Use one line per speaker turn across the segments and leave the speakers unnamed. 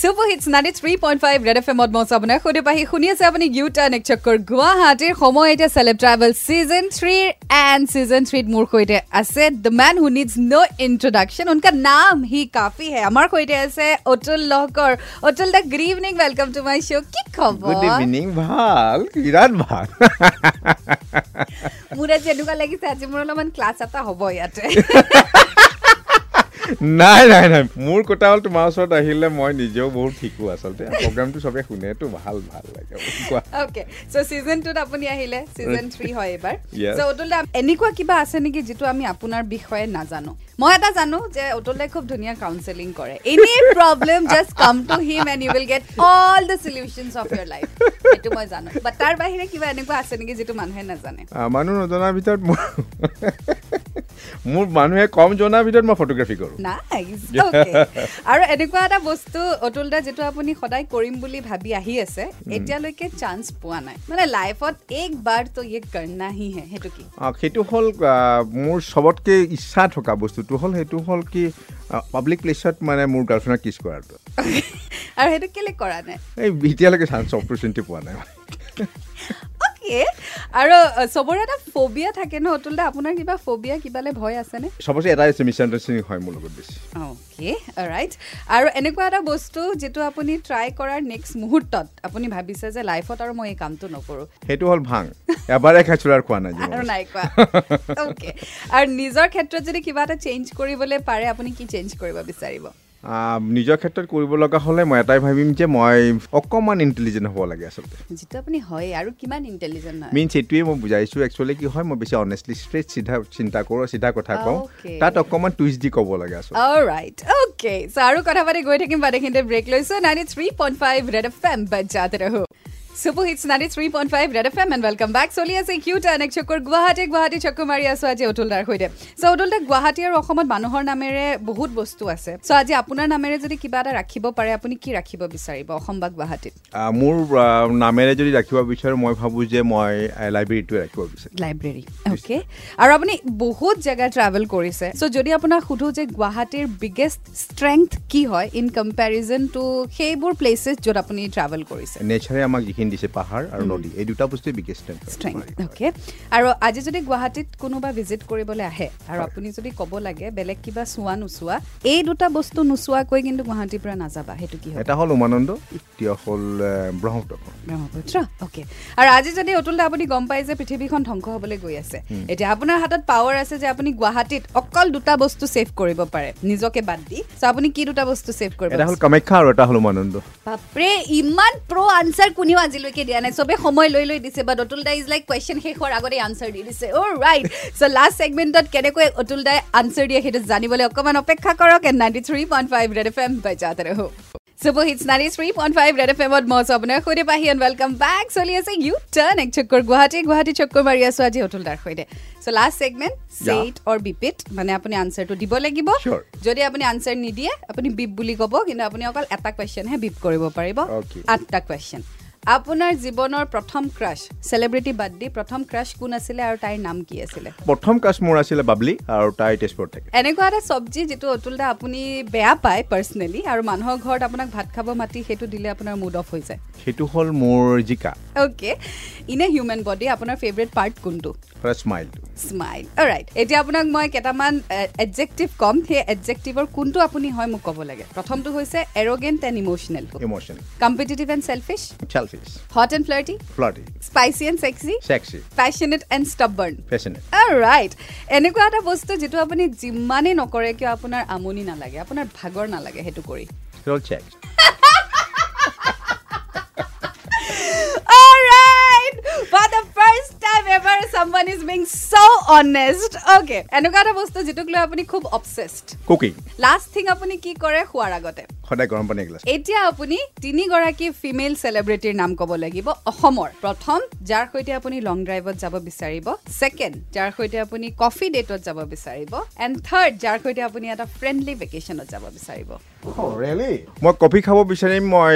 Super hits ninety three point five red F এমত মৌচা আপোনাৰ সৈতে পাহি শুনি আছে আপুনি ইউ টাৰ্ণ এক চক্কৰ গুৱাহাটীৰ সময় এতিয়া চেলেব ট্ৰাভেল ছিজন থ্ৰীৰ এণ্ড ছিজন থ্ৰীত মোৰ সৈতে আছে the man who needs no' introduction উনকা নাম হি কাফি হে আমাৰ সৈতে আছে অতুল লহকৰ অতুল দা good evening welcome to my show' কি
গুড
খবৰ
ইভিনিং ভাল বিৰাট ভাল
মোৰ আজি এনেকুৱা লাগিছে আজি মোৰ অলপমান ক্লাছ এটা হ'ব ইয়াতে
নাই নাই নাই মোৰ কথা হ'ল তোমাৰ ওচৰত আহিলে মই নিজেও বহুত শিকো আচলতে প্ৰগ্ৰামটো চবে শুনেতো ভাল ভাল লাগে কোৱা
অ'কে চ' ছিজন টুত আপুনি আহিলে ছিজন থ্ৰী হয় এইবাৰ
Yes.
চ' অতুল দা এনেকুৱা কিবা আছে নেকি যিটো আমি আপোনাৰ বিষয়ে নাজানো মই এটা জানো যে অতুল দাই খুব ধুনীয়া কাউন্সেলিং কৰে any problem just come to him and you will get all the solutions of your life সেইটো মই জানো বাট তাৰ বাহিৰে কিবা এনেকুৱা আছে নেকি যিটো মানুহে নাজানে
আহ, মানুহ নজনাৰ ভিতৰত মোৰ মোৰ মানুহে কম জনাৰ ভিতৰত মই ফটোগ্ৰাফী কৰোঁ
Nice. Okay. আৰু এনেকুৱা এটা বস্তু অতুল দা যিটো আপুনি সদায় কৰিম বুলি ভাবি আহি আছে এতিয়ালৈকে চান্স পোৱা নাই মানে লাইফত একবাৰ তো ইয়ে কৰনা হি হে সেইটো কি
আহ, সেইটো হ'ল আহ, মোৰ চবতকৈ ইচ্ছা থকা বস্তুটো হ'ল সেইটো হ'ল কি পাব্লিক প্লেচত মানে মোৰ গাৰ্লফ্ৰেণ্ডক কিছ কৰাটো
আৰু সেইটো কেলে কৰা নাই
এই এতিয়ালৈকে চান্স অপৰচুনিটি পোৱা নাই
অ'কে আৰু আহ, চবৰে এটা ফবিয়া থাকে ন অতুল দা আপোনাৰ কিবা ফবিয়া কিবালে ভয় আছেনে
চবতছে এটাই হৈছে মিছ আণ্ডাৰষ্টেণ্ডিং হয় মোৰ লগত বেছি
অ'কে ৰাইট আৰু এনেকুৱা এটা বস্তু যিটো আপুনি ট্ৰাই কৰাৰ নেক্সট মুহূৰ্তত আপুনি ভাবিছে যে লাইফত আৰু মই এই কামটো নকৰোঁ
সেইটো হ'ল ভাং এবাৰে খাইছিলোঁ আৰু খোৱা নাই
আৰু
জীৱনত।
নাই কোৱা অ'কে আৰু নিজৰ ক্ষেত্ৰত যদি কিবা এটা চেঞ্জ কৰিবলৈ পাৰে আপুনি কি চেঞ্জ কৰিব বিচাৰিব
আহ, নিজৰ ক্ষেত্ৰত কৰিব লগা হ'লে মই এটাই ভাবিম যে মই অকণমান ইণ্টেলিজেণ্ট হ'ব লাগে আচলতে
যিটো আপুনি হয় আৰু কিমান ইণ্টেলিজেণ্ট হয়
মিনছ এইটোৱে মই বুজাইছোঁ একচুৱেলি কি হয় মই বেছি অনেষ্টলি ষ্ট্ৰেট চিধা চিন্তা কৰোঁ চিধা কথা কওঁ
Okay.
তাত অকণমান টুইষ্ট দি ক'ব লাগে আচলতে
অলৰাইট অ'কে চ' আৰু কথা পাতি গৈ থাকিম বাট এইখিনিতে ব্ৰেক লৈছোঁ ninety three point five red F M বাজাতে ৰহো চুপু hits ninety three point five red F M and welcome back চলি আছে কিউট আনেক চকুৰ গুৱাহাটী গুৱাহাটী চকু মাৰি আছোঁ আজি অতুল দাৰ সৈতে চ' অতুল দা গুৱাহাটী আৰু অসমত মানুহৰ নামেৰে বহুত বস্তু আছে চ' আজি আপোনাৰ নামেৰে যদি কিবা এটা ৰাখিব পাৰে আপুনি কি ৰাখিব বিচাৰিব অসম বা গুৱাহাটীত
আহ, মোৰ আহ, নামেৰে যদি ৰাখিব বিচাৰোঁ মই ভাবোঁ যে মই আহ, লাইব্ৰেৰীটোৱে ৰাখিব বিচাৰোঁ
লাইব্ৰেৰী অ'কে আৰু আপুনি বহুত জেগা ট্ৰেভেল কৰিছে চ' যদি আপোনাক সোধো যে গুৱাহাটীৰ বিগেষ্ট ষ্ট্ৰেংথ কি হয় ইন কম্পেৰিজন টু সেইবোৰ প্লেচেছ য'ত আপুনি ট্ৰেভেল কৰিছে
নেচাৰে আমাক যিখিনি দিছে পাহাৰ আৰু নদী এই দুটা বস্তুৱে বিগেষ্ট
ষ্ট্ৰেংথ অ'কে আৰু আজি যদি গুৱাহাটীত কোনোবা ভিজিট কৰিবলৈ আহে আৰু আপুনি যদি ক'ব লাগে বেলেগ কিবা চোৱা নোচোৱা এই দুটা বস্তু নোচোৱাকৈ কিন্তু গুৱাহাটীৰ পৰা নাযাবা সেইটো কি হয়
এটা হ'ল উমানন্দ দ্বিতীয় হ'ল আহ, ব্ৰহ্মপুত্ৰ
ব্ৰহ্মপুত্ৰ অ'কে আৰু আজি যদি অতুল দা আপুনি গম পাই যে পৃথিৱীখন ধ্বংস হ'বলৈ গৈ আছে এতিয়া আপোনাৰ হাতত পাৱাৰ আছে যে আপুনি গুৱাহাটীত অকল দুটা বস্তু ছেভ কৰিব পাৰে নিজকে বাদ দি চ' আপুনি কি দুটা বস্তু ছেভ কৰিব
এটা হ'ল কামাখ্যা আৰু এটা হ'ল উমানন্দ
বাপৰে ইমান প্ৰ' আনচাৰ কোনেও আজিলৈকে দিয়া নাই চবে সময় লৈ লৈ দিছে but Atul da is like question শেষ হোৱাৰ আগতে আনচাৰ দি দিছে অ' ৰাইট চ' লাষ্ট ছেগমেণ্টত কেনেকৈ অতুল দাই আনচাৰ দিয়ে সেইটো জানিবলৈ অকণমান অপেক্ষা কৰক and ninety three point five red F M বাজাতে ৰহো super hits ninety three point five red F এমত মই আছোঁ আপোনাৰ সৈতে পাহি এণ্ড ৱেলকাম বেক চলি আছে ইউ টাৰ্ণ এক চক্কৰ গুৱাহাটী গুৱাহাটী চক্কৰ মাৰি আছোঁ আজি অতুল দাৰ সৈতে show' last segment
Yeah.
Say it or repeat মানে আপুনি আনচাৰটো দিব লাগিব
Sure.
যদি আপুনি আনচাৰ নিদিয়ে আপুনি বিপ বুলি ক'ব কিন্তু আপুনি অকল এটা কুৱেশ্যনহে বিপ কৰিব পাৰিব
Okay.
আঠটা কুৱেশ্যন আপোনাৰ জীৱনৰ প্ৰথম ক্ৰাছ চেলিব্ৰিটি বাদ দি প্ৰথম ক্ৰাছ কোন আছিলে আৰু তাইৰ নাম কি আছিলে
প্ৰথম কাজ মোৰ আছিলে বাবলি আৰু তাই তেজপুৰত থাকে
এনেকুৱা এটা চব্জি যিটো অতুল দা আপুনি বেয়া পায় পাৰ্চনেলি আৰু মানুহৰ ঘৰত আপোনাক ভাত খাব মাতি সেইটো দিলে আপোনাৰ মুড অফ হৈ যায়
সেইটো হ'ল মোৰ জিকা
অ'কে ইনে হিউমেন বডি আপোনাৰ ফেভৰেট পাৰ্ট কোনটো
স্মাইলটো
স্মাইল ৰাইট এতিয়া আপোনাক মই কেইটামান এডজেক্টিভ ক'ম সেই এডজেক্টিভৰ কোনটো আপুনি হয় মোক ক'ব লাগে প্ৰথমটো হৈছে arrogant and emotional
emotion
competitive and selfish
selfish
hot and flirty
flirty
spicy and sexy
sexy
passionate and stubborn
fascinate
right এনেকুৱা এটা বস্তু যিটো আপুনি যিমানেই নকৰে কিয় আপোনাৰ আমনি নালাগে আপোনাৰ ভাগৰ নালাগে সেইটো কৰি
সেইটো হ'ল sex
Alright! For the first time ever, someone is being so honest. Okay, এনেকুৱা এটা বস্তু যিটোক লৈ আপুনি খুব obsessed.
কুকিং
Last thing আপুনি কি কৰে শোৱাৰ আগতে?
সদায় গৰম পানী এগিলাছ
এতিয়া আপুনি তিনিগৰাকী ফিমেল চেলিব্ৰিটিৰ নাম ক'ব লাগিব অসমৰ প্ৰথম যাৰ সৈতে আপুনি লং ড্ৰাইভত যাব বিচাৰিব ছেকেণ্ড যাৰ সৈতে আপুনি কফি ডেটত যাব বিচাৰিব এণ্ড থাৰ্ড যাৰ সৈতে আপুনি এটা ফ্ৰেণ্ডলি ভেকেশ্যনত যাব বিচাৰিব
মই কফি খাব বিচাৰিম মই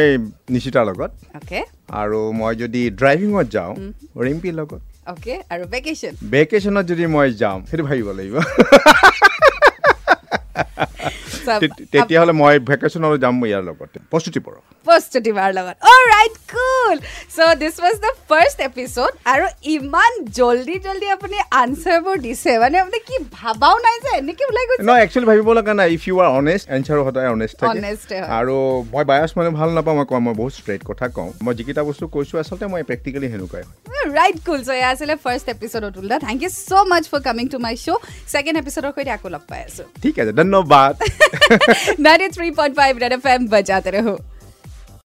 নিশিতাৰ লগত
অ'কে
আৰু মই যদি ড্ৰাইভিঙত যাওঁ ৰিম্পিৰ লগত
অ'কে আৰু ভেকেশ্যন
ভেকেশ্যনত যদি মই যাম সেইটো ভাবিব লাগিব
চ'
তে- তেতিয়াহ'লে মই ভেকেশ্যনলৈ যাম ইয়াৰ লগতে প্ৰস্তুতি পৰক
প্ৰস্তুতি বাৰ লগত alright cool so' this was the first episode আৰু ইমান জল্দি জল্দি আপুনি আনচাৰবোৰ দিছে মানে আপুনি কি ভাবাও নাই যে এনেকৈ ওলাই গৈছে
নহয় একচুৱেলি ভাবিব লগা নাই ইফ ইউ আৰ অনেষ্ট এনচাৰো সদায় অনেষ্ট থাকে
Honest এ হয়।
আৰু মই বায়াছ মানে ভাল নাপাওঁ মই কওঁ মই বহুত ষ্ট্ৰেইট কথা কওঁ মই যিকেইটা বস্তু কৈছোঁ আচলতে মই প্ৰেক্টিকেলি সেনেকুৱাই হয়
ৰাইট কুল চ' এয়া আছিলে first episode Atul da thank you so' much for coming to my show' second এপিছ'ডৰ সৈতে আকৌ লগ পাই আছোঁ
ঠিক আছে ধন্যবাদ
ninety three point five red F M বজাতে ৰহো